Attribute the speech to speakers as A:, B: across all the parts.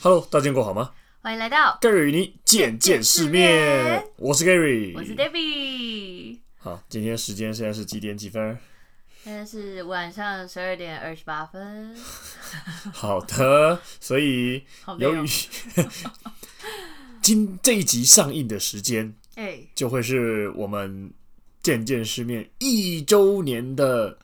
A: Hello，大家过好吗
B: 欢迎来到，
A: ？Gary 与你见见世
B: 见见世
A: 面
B: 面，
A: 我是 Gary，
B: 我是 Debbie，
A: 好，今天时间现在是几点几分？
B: 现在是晚上十二点二十八分，
A: 好 的，所以
B: 好累
A: 由
B: 哦
A: 于 今这一集上映的时间，
B: 哎、
A: 就会是我们见见世面一周年的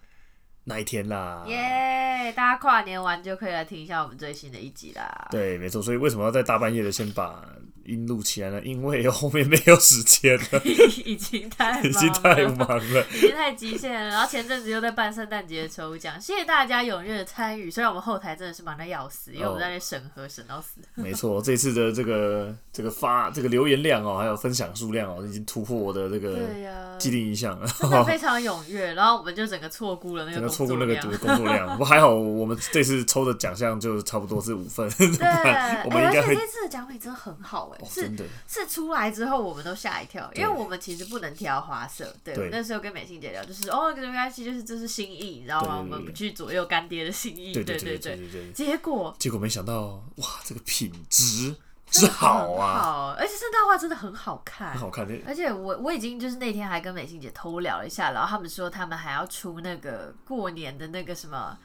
A: 那一天啦。
B: 耶大家跨年完就可以来听一下我们最新的一集 啦。
A: 对，没错。所以为什么要在大半夜的先把音录起来呢？因为后面没有时间了，
B: 已经太 忙了
A: 已经太忙了。
B: 已经太极限了。然后前阵子又在办圣诞节的抽奖，谢谢大家踊跃的参与。虽然我们后台真的是忙得要死，因
A: 哦
B: 为我们在那审核审到死。
A: 没错，这次的这个这个发这个留言量哦，还有分享数量哦，已经突破我的这个
B: 对呀、
A: 既定印象了。
B: 真的非常踊跃，然后我们就整个错估了 那
A: 真
B: 个
A: 的错
B: 工
A: 过那
B: 作
A: 个
B: 量。
A: 工作量，不过还好，我们这次抽的奖项就差不多是五 份，
B: 对，哎
A: 我们应该
B: 而
A: 会
B: 且这次的奖品真的很好哎、
A: 哦，
B: 是
A: 真的
B: 是出来之后我们都吓一跳，因
A: 对
B: 为我们其实不能挑花色。对，
A: 对
B: 我那时候跟美心姐聊，就是哦，没关系，就是这是心意，你知道吗？
A: 对对对
B: 我们不去左右干爹的心意。
A: 对
B: 对
A: 对对
B: 对。
A: 对对。
B: 结果
A: 结果没想到，哇，这个品质 是好
B: 很
A: 啊，
B: 好，而且圣诞花真的很好看
A: 很。好看的。
B: 而且我我已经就是那天还跟美心姐偷聊了一下，然后他们说他们还要出那个过年的那个什么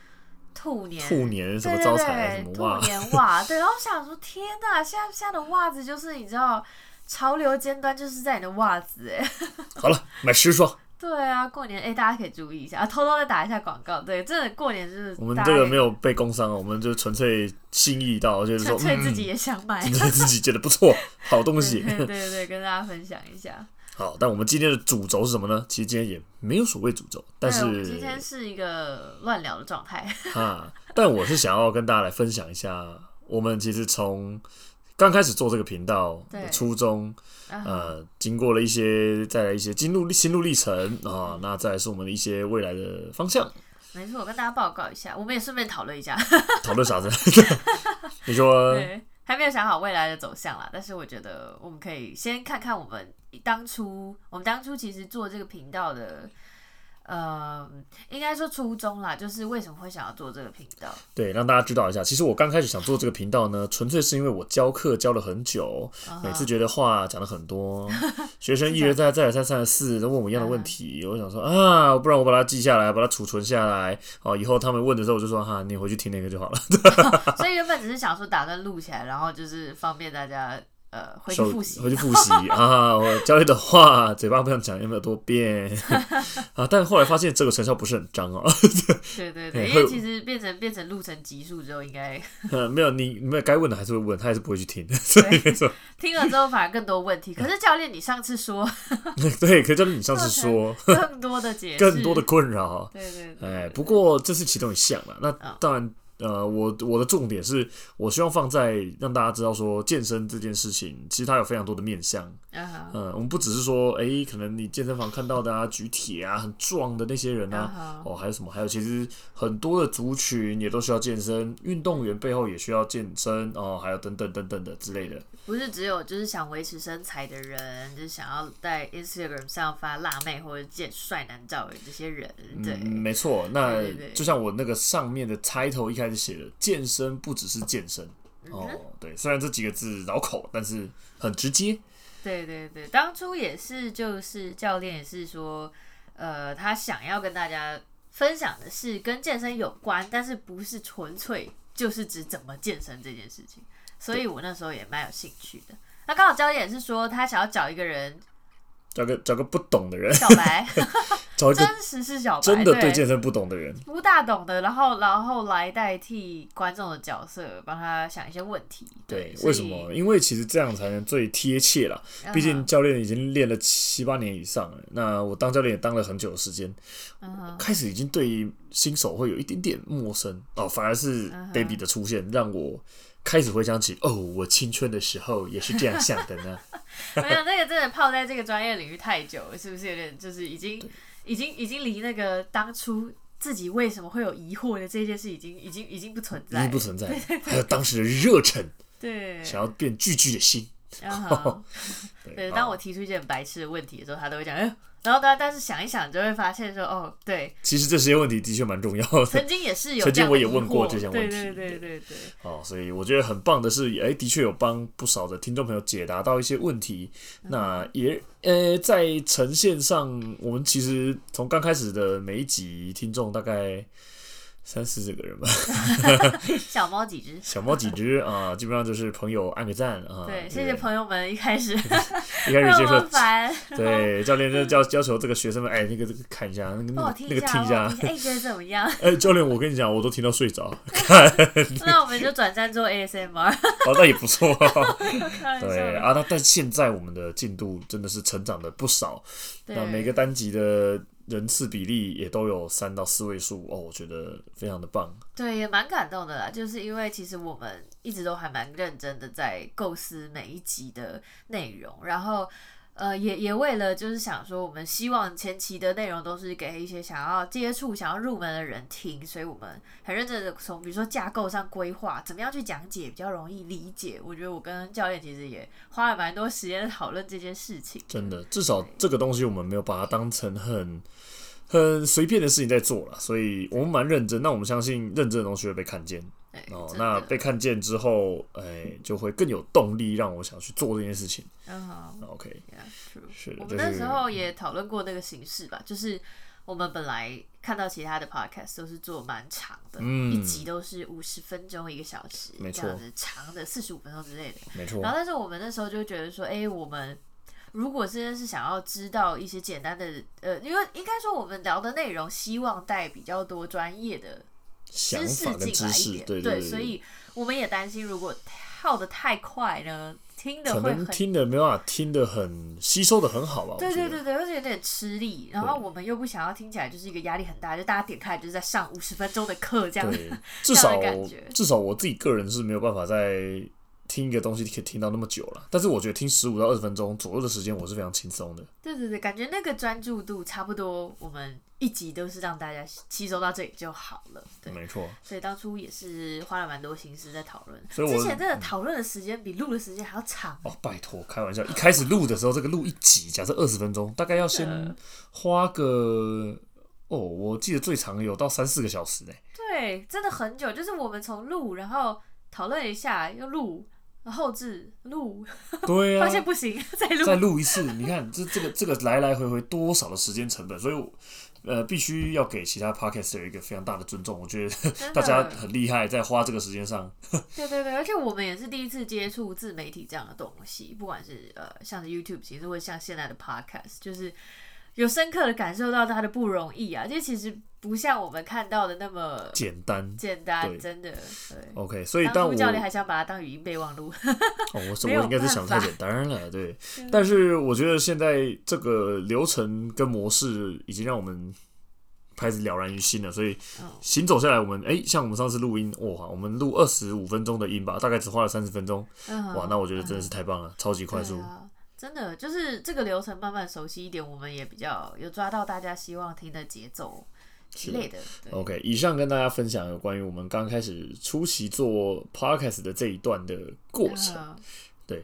B: 兔年
A: 兔年什
B: 对
A: 么
B: 对
A: 招财啊
B: 对
A: 什么袜
B: 兔，年袜，对，然后我想说天哪，现在现在的袜子就是你知道潮流尖端就是在你的袜子哎，
A: 好了，买十双。
B: 对啊，过年哎、大家可以注意一下啊，偷偷的打一下广告。对，真的过年就是
A: 我们
B: 大家
A: 这个
B: 可以
A: 没有被工伤哦，我们就纯粹心意到，就是说，
B: 纯粹自己
A: 嗯，
B: 也想买，
A: 纯粹自己觉得不 错，好东
B: 对
A: 西。
B: 对对对，跟大家分享一下。
A: 好，但我们今天的主轴是什么呢？其实今天也没有所谓主轴，但
B: 对，我们今 天
A: 是
B: 是一个乱聊的状态，
A: 啊，但我是想要跟大家来分享一下，我们其实从刚开始做这个频道的
B: 对嗯
A: 初衷，
B: 然后
A: 呃，经过了一些再来一些心路心路历程
B: 嗯
A: 啊，那再来是我们的一些未来的方 向，
B: 没错，我跟大家报告一下，我们也顺便讨论一下。
A: 讨论啥子？ 你说
B: 对，还没有想好未来的走向啦，但是我觉得我们可以先看看我们当初，我们当初其实做这个频道的。呃，应该说初衷啦，就是为什么会想要做这个频道？
A: 对，让大家知道一下。其实我刚开始想做这个频道呢，纯粹是因为我教课教了很久，
B: 啊
A: 每次觉得话讲了很 多，学生一而再，再而三，三而四都问我一样的问题。
B: 嗯
A: 我想说啊，不然我把它记下来，把它储存下来。哦，以后他们问的时候，我就说哈、你回去听那个就好了。
B: 所以原本只是想说打算录起来，然后就是方便大家呃回去
A: 手
B: 复 习
A: 回。去复 习啊！我教你的话，嘴巴不想讲，有没有多变 啊？但后来发现这个成效不是很彰哦。
B: 对
A: 对
B: 对对，因
A: 会
B: 为其实变成变成录成集数之后，应该
A: 没有你，没有该问的还是会问，他还是不会去听。所以没错，
B: 听了之后反而更多问题。可是教练，你上次说
A: 对，可以教你上次说
B: 更多的解释，
A: 更多的困扰。
B: 对对对，
A: 哎，不过这是其中一项啦。那
B: 嗯
A: 当然，呃，我我的重点是我希望放在让大家知道说，健身这件事情其实它有非常多的面向。
B: 嗯哼
A: 呃，我们不只是说，哎、可能你健身房看到的啊，举铁啊，很壮的那些人
B: 嗯
A: 啊。
B: 哼，
A: 哦，还有什么？还有，其实很多的族群也都需要健身，运动员背后也需要健身哦，还有等等等等的之类的。
B: 不是只有就是想维持身材的人，就是想要在 Instagram 上发辣妹或者见帅男照的这些人，对，
A: 嗯，没错。那
B: 对对对
A: 就像我那个上面的 title 一开始写的，健身不只是健身
B: 嗯
A: 哦
B: 哼，
A: 对，虽然这几个字绕口，但是很直接。
B: 对对对，当初也是，就是教练也是说，呃，他想要跟大家分享的是跟健身有关，但是不是纯粹就是指怎么健身这件事情，所以我那时候也蛮有兴趣的。那刚好教练也是说，他想要找一个人
A: 找个找个不懂的人，
B: 小白，
A: 找一个
B: 真实是小白，
A: 真的对
B: 对
A: 健身不懂的人，
B: 不大懂的，然后然后来代替观众的角色，帮他想一些问题。
A: 对，
B: 所以
A: 为什么？因为其实这样才能最贴切啦。
B: 嗯
A: 毕竟教练已经练了七八年以上了，那我当教练也当了很久的时间，
B: 嗯哼
A: 开始已经对新手会有一点点陌生哦，反而是
B: 嗯哼
A: David 的出现让我开始回想起哦，我青春的时候也是这样想的 呢。
B: 没有那个真的泡在这个专业领域太久了，是不是有点就是已经已经已经离那个当初自己为什么会有疑惑的这件事已经已经已经不存
A: 已
B: 在
A: 经
B: 了，
A: 不存在了，还有当时的热忱，
B: 对
A: 想要变巨巨的心，哦
B: 嗯哼，对，当我提出一些很白痴的问题的时候，他都会讲，哎呦、然后大家但是想一想，就会发现说，哦，对，
A: 其实这些问题的确蛮重要的。
B: 曾经也是有
A: 曾
B: 这
A: 经
B: 样
A: 我
B: 的
A: 也
B: 疑
A: 问
B: 惑
A: 过这些问题
B: 对对对对对，
A: 哦，所以我觉得很棒的是，哎，的确有帮不少的听众朋友解答到一些问题。
B: 嗯
A: 那也呃，在呈现上，我们其实从刚开始的每一集听众大概三四十个人吧，
B: 小猫几只。
A: 小猫几只啊，基本上就是朋友按个赞啊。
B: 对，谢谢朋友们一开 始
A: 一开始
B: 让
A: 接
B: 我
A: 受
B: 们烦，
A: 对，教练就教要求这个学生们，哎，那个这个看一下，那个
B: 帮
A: 那
B: 我
A: 个
B: 听
A: 那
B: 一
A: 个
B: 下，
A: 听一
B: 帮我
A: 下
B: 听。一下，哎，觉得怎 么样？
A: 哎，教练，我跟你讲，我都听到睡着，
B: 那我们就转战做 ASMR，
A: 哦，那也不错。
B: 开 玩笑
A: 对
B: 的。
A: 啊，那但现在我们的进度真的是成长了不少，那
B: 对
A: 每个单集的人次比例也都有三到四位数哦，我觉得非常的棒。
B: 对，也蛮感动的啦，就是因为其实我们一直都还蛮认真的在构思每一集的内容，然后呃，也也为了就是想说，我们希望前期的内容都是给一些想要接触、想要入门的人听，所以我们很认真的从比如说架构上规划，怎么样去讲解比较容易理解。我觉得我跟教练其实也花了蛮多时间讨论这件事情，
A: 真的，至少这个东西我们没有把它当成很很随便的事情在做了，所以我们蛮认真。那我们相信认真的东西会被看见
B: 对，
A: 哦。
B: 真
A: 那
B: 的
A: 被看见之后，哎、就会更有动力让我想去做这件事情。
B: 嗯好。
A: OK，
B: Yeah, true.
A: 是的
B: 我
A: 就
B: 们那
A: 是嗯
B: 时候也讨论过那个形式吧，就是我们本来看到其他的 podcast 都是做蛮长的，
A: 嗯
B: 一集都是五十分钟、一个小时，
A: 没
B: 这样
A: 错
B: 子长的四十五分钟之类的。
A: 没错
B: 然，后，但是我们那时候就觉得说，哎、我们如果真的是想要知道一些简单的，呃，因为应该说我们聊的内容，希望带比较多专业的
A: 想
B: 知识
A: 法跟
B: 进来
A: 知
B: 一
A: 识，
B: 点，
A: 对对，
B: 所以我们也担心，如果跳的太快呢，听的
A: 可
B: 会
A: 能
B: 很
A: 听的没办法听的很吸收的很好吧，我
B: 对
A: 觉
B: 对
A: 得
B: 对对，而且有点吃力。然后
A: 对
B: 我们又不想要听起来就是一个压力很大，就大家点开就是在上五十分钟的课这样。
A: 对，至
B: 这样
A: 少
B: 的感觉
A: 至少我自己个人是没有办法在听一个东西可以听到那么久了，但是我觉得听十五到二十分钟左右的时间，我是非常轻松的。
B: 对对对，感觉那个专注度差不多，我们一集都是让大家吸收到这里就好了。对，
A: 没错，
B: 所以当初也是花了蛮多心思在讨论。
A: 所以我嗯
B: 之前真的讨论的时间比录的时间还要长。
A: 哦，拜托，开玩笑，一开始录的时候，这个录一集，假设二十分钟，大概要
B: 啊
A: 先花个。哦，我记得最长有到三四个小时 呢、
B: 对，真的很久，就是我们从录，然后讨论一下，又录，然后后置录，
A: 对啊
B: 发，现不行， 再
A: 再
B: 录。
A: 录一次，你看这这个这个来来回回多少的时间成本，所以我呃必须要给其他 podcast 有一个非常大的尊重，我觉得
B: 真的
A: 大家很厉害，在花这个时间上，
B: 对对对，而且我们也是第一次接触自媒体这样的东西，不管是呃像是 YouTube，其实或者像现在的 Podcast，就是有深刻的感受到它的不容易啊，就其实不像我们看到的那么
A: 简单。
B: 简
A: 对
B: 单，真的。对，
A: OK，所以当
B: 当
A: 我
B: 初教练还想把它当语音备忘录，
A: 哦，我是
B: 没
A: 我
B: 有
A: 应该是
B: 办
A: 想太
B: 法
A: 简单了， 对。但是我觉得现在这个流程跟模式已经让我们开始了然于心了，所以
B: 嗯
A: 行走下来，我们哎、像我们上次录音，哇，我们录二十五分钟的音吧，大概只花了三十分钟，
B: 嗯
A: 哇，那我觉得真的是太棒了，超级快速
B: 对。啊。真的就是这个流程慢慢熟悉一点，我们也比较有抓到大家希望听的节奏之类的。对
A: OK，以上跟大家分享有关于我们刚开始出席做 podcast 的这一段的过程。
B: 嗯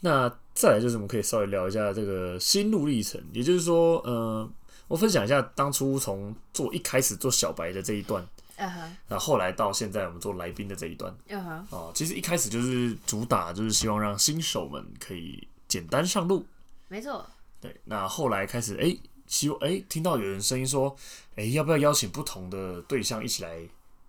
A: 那再来就是我们可以稍微聊一下这个心路历程，也就是说，呃，我分享一下当初从做一开始做小白的这一段，
B: 嗯哼，
A: 那后来到现在我们做来宾的这一段
B: 嗯哼，
A: 啊、其实一开始就是主打就是希望让新手们可以简单上路，
B: 没错。
A: 对，那后来开始哎。希望哎，听到有人声音说，哎，要不要邀请不同的对象一起来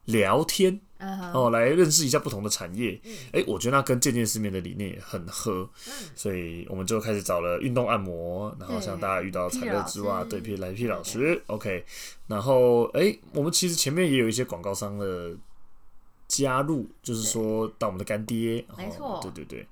A: 聊天？
B: 嗯哼，
A: 哦，来认识一下不同的产业。
B: 嗯
A: 诶，我觉得那跟渐渐失眠的理念也很合，所以我们就开始找了运动按摩，然后像
B: 对
A: 大家遇到
B: ，P
A: 产热
B: 老
A: 之袜，
B: 师
A: 对，P 来 P
B: 对
A: 老
B: 对
A: 师，OK。然后诶，我们其实前面也有一些广告商的加入，就是说当我们的干爹，
B: 没
A: 哦
B: 错
A: 对对对。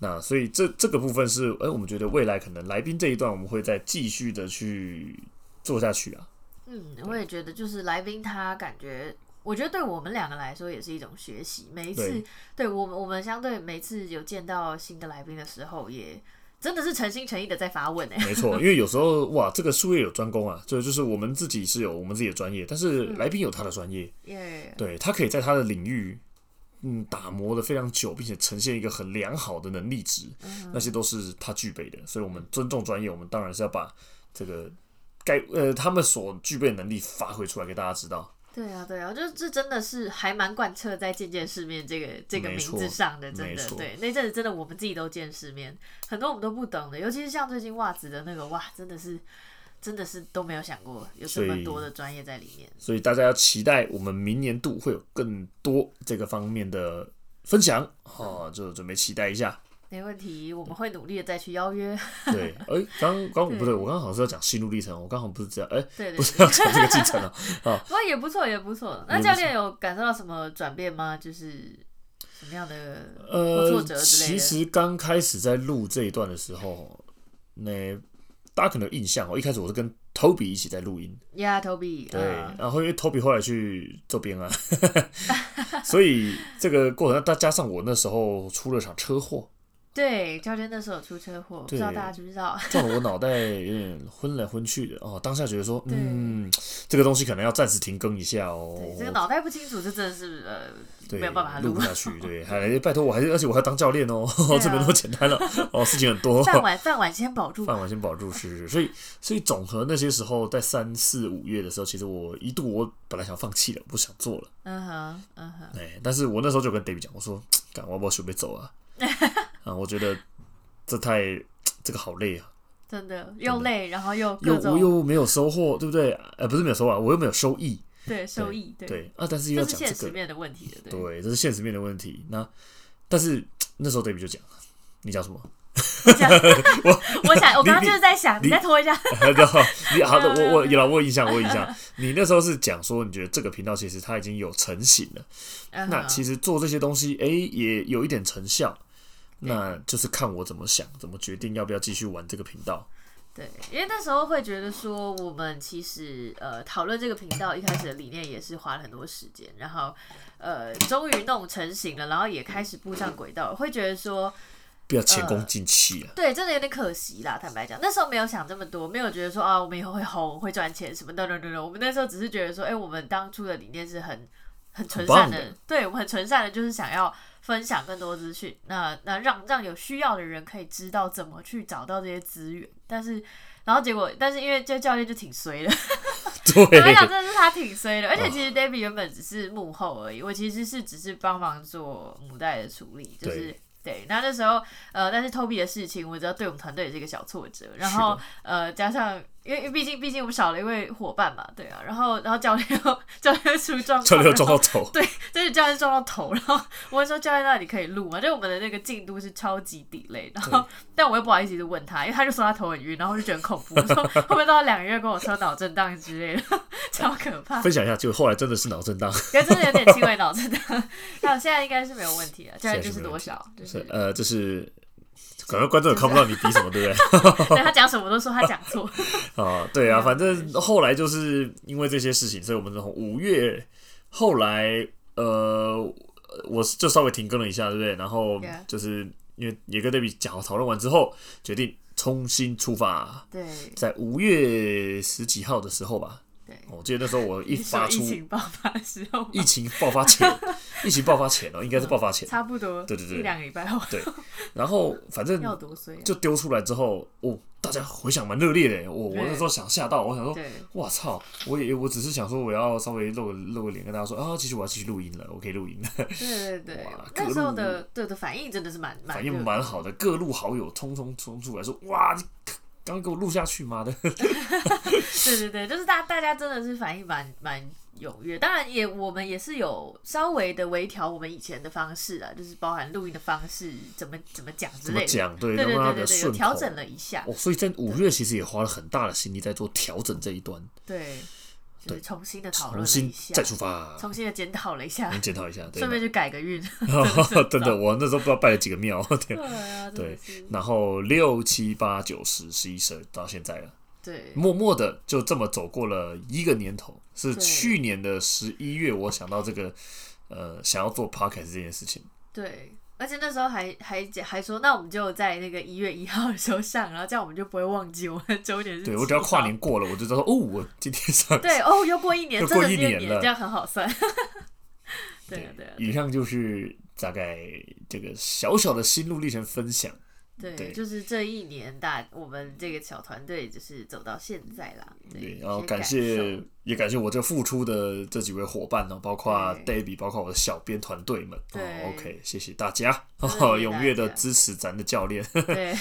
A: 那所以这这个部分是，诶，我们觉得未来可能来宾这一段我们会再继续的去做下去啊。
B: 嗯，我也觉得，就是来宾他感觉，我觉得对我们两个来说也是一种学习。每一次，
A: 对
B: 对我们，我们相对每次有见到新的来宾的时候，也真的是诚心诚意的在发问哎、
A: 没错，因为有时候哇，这个术业有专攻啊，这就是我们自己是有我们自己的专业，但是来宾有他的专业，
B: 耶、
A: 对他可以在他的领域嗯打磨的非常久，并且呈现一个很良好的能力值，那些都是他具备的。所以我们尊重专业，我们当然是要把这个该呃他们所具备的能力发挥出来给大家知道。
B: 对啊，对啊，就这真的是还蛮贯彻在见见世面这个这个名字上的，
A: 没
B: 真的
A: 错
B: 对。那阵子真的我们自己都见世面，很多我们都不懂的，尤其是像最近袜子的那个，哇，真的是真的是都没有想过有
A: 所
B: 这么
A: 以
B: 多的专业在里面。
A: 所以大家要期待我们明年度会有更多这个方面的分享哦，就准备期待一下。
B: 没问题，我们会努力的再去邀约。
A: 对，哎、刚刚不对，我刚刚好像是要讲心路历程，我刚好不是这样，哎、
B: 对对
A: 不 是要讲这个进程啊。
B: 不过也不错，也不错。那
A: 也不
B: 教练有感受到什么转变吗？就是什么样的？ 或
A: 呃
B: 挫折，之类
A: 其实
B: 的
A: 刚开始在录这一段的时候，那大家可能有印象哦，一开始我是跟 Toby 一起在录音，
B: 呀、投币
A: 对，
B: 啊
A: 然后因为 Toby 后来去做编啊， 所以这个过程，再加上我那时候出了场车祸，
B: 对，教练那时候有出车祸，不知道
A: 对哦
B: 大家知不知道？
A: 撞得我脑袋有点昏来昏去的哦，当下觉得说，嗯，这个东西可能要暂时停更一下哦。
B: 对， 这个脑袋不清楚，这真的是呃
A: 对
B: 没有办法
A: 录
B: 录
A: 不。下去，对，还拜托我还是，而且我还要当教练哦，
B: 啊
A: 这没那么简单了，哦，事情很多，
B: 饭碗饭碗先保住，
A: 饭碗先保住，是是是，所以所以总和那些时候，在三四五月的时候，其实我一度我本来想放弃了，我不想做了，
B: 嗯哼嗯哼，
A: 哎，但是我那时候就跟 David 讲，我说，干，我要不要准备走 啊？啊，我觉得这太这个好累啊，
B: 真的又累，然后又
A: 又
B: 各
A: 我
B: 种
A: 又没有收获，对不对？呃，不是没有收获啊，我又没有收益，
B: 对收益，对，
A: 对啊，但是又要
B: 这是
A: 讲
B: 现
A: 这
B: 实
A: 个，
B: 面的问题了，对。
A: 对，这是现实面的问题。那但是那时候 David 就讲，你讲什么？
B: 我想，我刚刚
A: 你
B: 就是在想，
A: 你
B: 你再拖一下，
A: 然后啊你好的，
B: 没有
A: 我我有了，我有印象，我有印象。你那时候是讲说，你觉得这个频道其实它已经有成型了，
B: 嗯
A: 那
B: 哼
A: 其实做这些东西，哎、也有一点成效。那就是看我怎么想，怎么决定要不要继续玩这个频道。
B: 对，因为那时候会觉得说，我们其实呃讨论这个频道一开始的理念也是花了很多时间，然后呃终于弄成型了，然后也开始步上轨道了，会觉得说，
A: 不要前
B: 嗯
A: 功尽弃啊！
B: 对，真的有点可惜啦。坦白讲，那时候没有想这么多，没有觉得说啊，我们以后会红、会赚钱什么的，no no no，我们那时候只是觉得说，哎、我们当初的理念是很很纯善
A: 很棒的
B: 对我们很纯善的，就是想要分享更多资讯，那那让让有需要的人可以知道怎么去找到这些资源。但是，然后结果，但是因为这教练就挺衰的，
A: 对，
B: 我讲真的是他挺衰的，而且其实 David 原本只是幕后而已，我其实是只是帮忙做母带的处理，就是
A: 对。
B: 对，那那时候，呃，但是 Toby 的事情，我知道对我们团队也是一个小挫折。然后，呃，加上因为因为毕竟毕竟我们少了一位伙伴嘛，对啊。然后，然后教练又教练又出状况，
A: 车流撞 到
B: 然后
A: 头，
B: 对，就是教练撞到头。然后我问说教练那里可以录吗？就我们的那个进度是超级 delay。然后，但我又不好意思一直问他，因为他就说他头很晕，然后我就觉得很恐怖，我说会不会到两个月跟我说脑震荡之类的， 超可 怕。
A: 分享一下，就后来真的是脑震荡，
B: 可是真的有点轻微脑震荡，那现在应该是没有问题了。现在就是多少，就是
A: 是呃，就是可能观众也看不到你比什么，对不对？
B: 对他讲什么都说他讲 错，
A: 啊，对啊，
B: 对
A: 反正后来就是因为这些事情，所以我们从五月后来，呃，我就稍微停更了一下，对不对？然后
B: Yeah
A: 就是因为也跟 David 讲好讨论完之后，决定重新出发，
B: 对
A: 在五月十几号的时候吧，
B: 对。
A: 我记得那时候我一
B: 你说
A: 发
B: 疫
A: 出
B: 情爆发的时候吗，
A: 疫情爆发前， 疫情爆发前哦，应该是爆发前，
B: 嗯差不多
A: 对对对
B: 一两个礼拜后
A: 然后反正
B: 要多衰啊，
A: 就丢出来之后，哦，大家回想蛮热烈的耶，哦我我
B: 对
A: 那时候想吓到，我想说。
B: 对
A: 我操！我也我只是想说，我要稍微露个露个脸，跟大家说啊，其实我要继续录音了，我可以录音了，
B: 对对对
A: 哇，各
B: 那
A: 路
B: 时候的对的反应真的是蛮蛮
A: 反应
B: 热
A: 蛮好的。各路好友匆匆冲出来说，哇，你刚给我录下去，妈的！
B: 对对对，就是大大家真的是反应蛮蛮踊跃，当然也我们也是有稍微的微调我们以前的方式啊，就是包含录音的方式，怎么怎么讲之
A: 怎么
B: 类的，
A: 讲？对，
B: 对
A: 让
B: 对
A: 大家
B: 对
A: 比较
B: 对对，有
A: 顺口。
B: 调整了一下，
A: 哦，所以在五月其实也花了很大的心力在做调整这一端，
B: 对，就
A: 对
B: 是重新的讨论
A: 重
B: 了
A: 新
B: 一下
A: 再，出发，
B: 重新的检讨了一下
A: 我，们检讨一下。对
B: 顺，便去改个运。
A: 真的，我那时候不知道拜了几个庙，
B: 对
A: 天。
B: 啊，真的是
A: 然后六七八九十十一十二到现在了。
B: 对
A: 默默的就这么走过了一个年头，是
B: 对
A: 去年的十一月，我想到这个呃想要做 podcast 这件事情，
B: 对。而且那时候还还讲还说，那我们就在那个一月一号的时候上，然后这样我们就不会忘记我们的周年是。
A: 对我只要跨。年过了，我就知道说哦，我今天上
B: 对哦，又过一年，
A: 又
B: 真
A: 过
B: 的是
A: 一
B: 一
A: 年了
B: 这样很好算。 对啊对啊
A: 以上就是大概这个小小的心路历程分享。
B: 对，
A: 对
B: 就是这一年大我们这个小团队就是走到现在啦。
A: 对
B: 对，，
A: 然后
B: 感
A: 感谢也感谢我这付出的这几位伙伴呢、包括
B: 对
A: David，包括我的小编团队们。哦
B: 对
A: ，OK，谢谢大家，
B: 真的谢谢大家
A: 踊跃的支持咱的教练。
B: 对，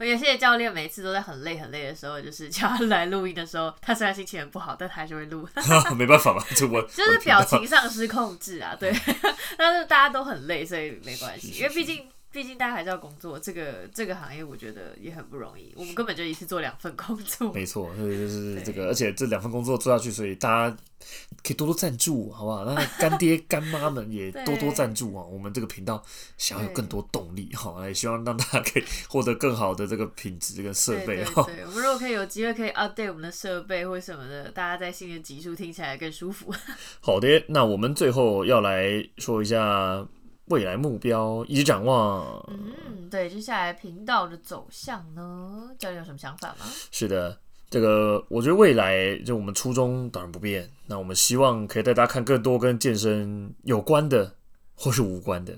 B: 我也谢谢教练，每次都在很累很累的时候，就是叫他来录音的时候，他虽然心情很不好，但他还是会录，
A: 没办法嘛，就我
B: 就是表情上失控制啊。对， 但是大家都很累，所以没关系，
A: 是是
B: 因为毕竟。毕竟大家还是要工作，这个这个行业我觉得也很不容易。我们根本就一次做两份工作，
A: 没错，所以就是
B: 对
A: 这个，而且这两份工作做下去，所以大家可以多多赞助，好不好？那干 爹干妈们也
B: 对
A: 多多赞助啊！我们这个频道想要有更多动力哈，也希望让大家可以获得更好的这个品质跟设
B: 对
A: 备哦
B: 对
A: 哈。
B: 对，我们如果可以有机会可以 update 我们的设备或什么的，大家在新的集数听起来更舒服。
A: 好的，那我们最后要来说一下未来目标以及展望。
B: 嗯，对，接下来频道的走向呢，教练有什么想法 吗？
A: 是的，这个我觉得未来就我们初衷当然不变，那我们希望可以带大家看更多跟健身有关的，或是无关的，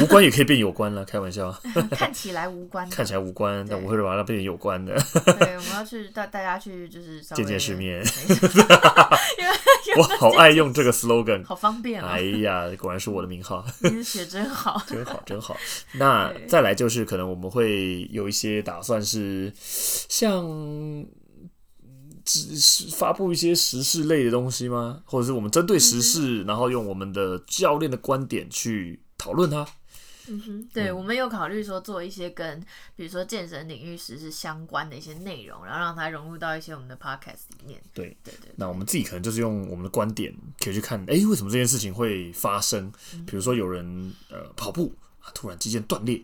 A: 无关也可以变有关了，开玩笑，
B: 嗯看起来无关的，
A: 看起来无关，但
B: 对
A: 我会把它变成有关的，
B: 对，我们要去带大家去就是稍微
A: 见见世面，
B: 没错因 为
A: 我好爱用这个 slogan。
B: 好方便啊
A: 哎，呀，果然是我的名号，
B: 你是写真 好，
A: 真好，真好。那
B: 对
A: 再来就是，可能我们会有一些打算是像只是发布一些时事类的东西吗？或者是我们针对时事，然后用我们的教练的观点去讨论它？
B: 嗯哼，对，
A: 嗯
B: 我们有考虑说做一些跟比如说健身领域时事相关的一些内容，然后让它融入到一些我们的 podcast 里面。
A: 对，
B: 对对，
A: 那我们自己可能就是用我们的观点可以去看，诶，为什么这件事情会发生？比如说有人呃跑步啊，突然肌腱断裂。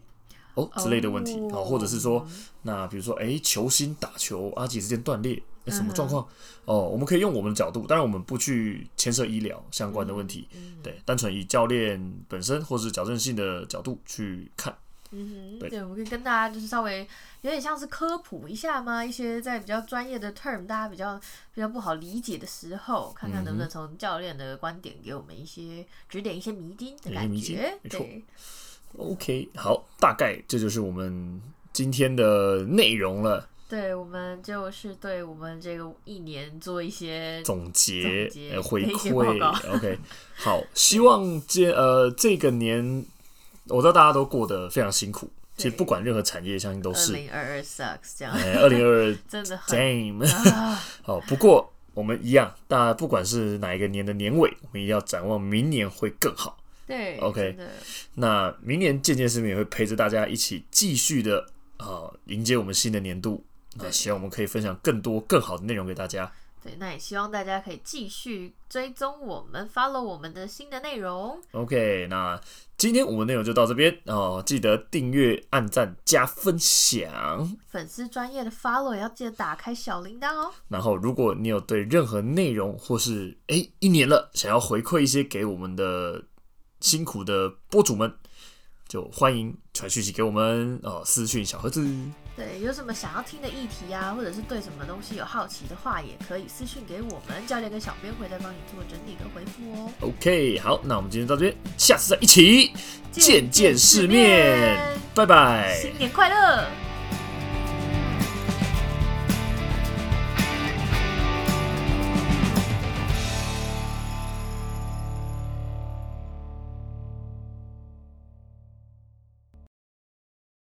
A: 哦之类的问题，然后
B: 哦
A: 或者是说，那比如说，诶，球星打球啊，几之间断裂，诶
B: 嗯
A: 什么状况？哦，我们可以用我们的角度，当然我们不去牵涉医疗相关的问题，
B: 嗯
A: 对，单纯以教练本身或是矫正性的角度去看，
B: 嗯哼，
A: 对
B: 对，我们可以跟大家就是稍微有点像是科普一下嘛，一些在比较专业的 term，大家比较比较不好理解的时候，看看能不能从教练的观点给我们一些指点一些迷津的
A: 一些
B: 感
A: 迷津
B: 觉。
A: 没错
B: 对，
A: OK，好，大概这就是我们今天的内容了。
B: 对，我们就是对我们这个一年做一些
A: 总结、
B: 总结
A: 呃回
B: 给一些报
A: 馈
B: 告
A: ，OK，好，希望这呃这个年，我知道大家都过得非常辛苦，其实
B: 对
A: 不管任何产业，相信都
B: 二
A: 是。
B: 零二二 sucks 这样，
A: 哎，二零二
B: 真的 很
A: Damn，
B: 啊，
A: 好，不过我们一样，大家不管是哪一个年的年尾，我们也要展望明年会更好。
B: 对
A: OK
B: 真的
A: 那明年健健视频也会陪着大家一起继续的啊、呃迎接我们新的年度。那
B: 对
A: 希望我们可以分享更多更好的内容给大家。
B: 对，那也希望大家可以继续追踪我们，follow 我们的新的内容。
A: OK，那今天我们内容就到这边哦、记得订阅、按赞、加分享。
B: 粉丝专业的 follow 也要记得打开小铃铛哦。
A: 然后，如果你有对任何内容或是诶一年了想要回馈一些给我们的辛苦的播主们，就欢迎传讯息给我们哦、私讯小盒子。
B: 对，有什么想要听的议题啊，或者是对什么东西有好奇的话，也可以私讯给我们，教练跟小编会再帮你做整理跟回复哦。
A: OK，好，那我们今天到这边，下次再一起
B: 见
A: 见见
B: 世
A: 世
B: 面
A: 面，拜拜。
B: 新年快乐！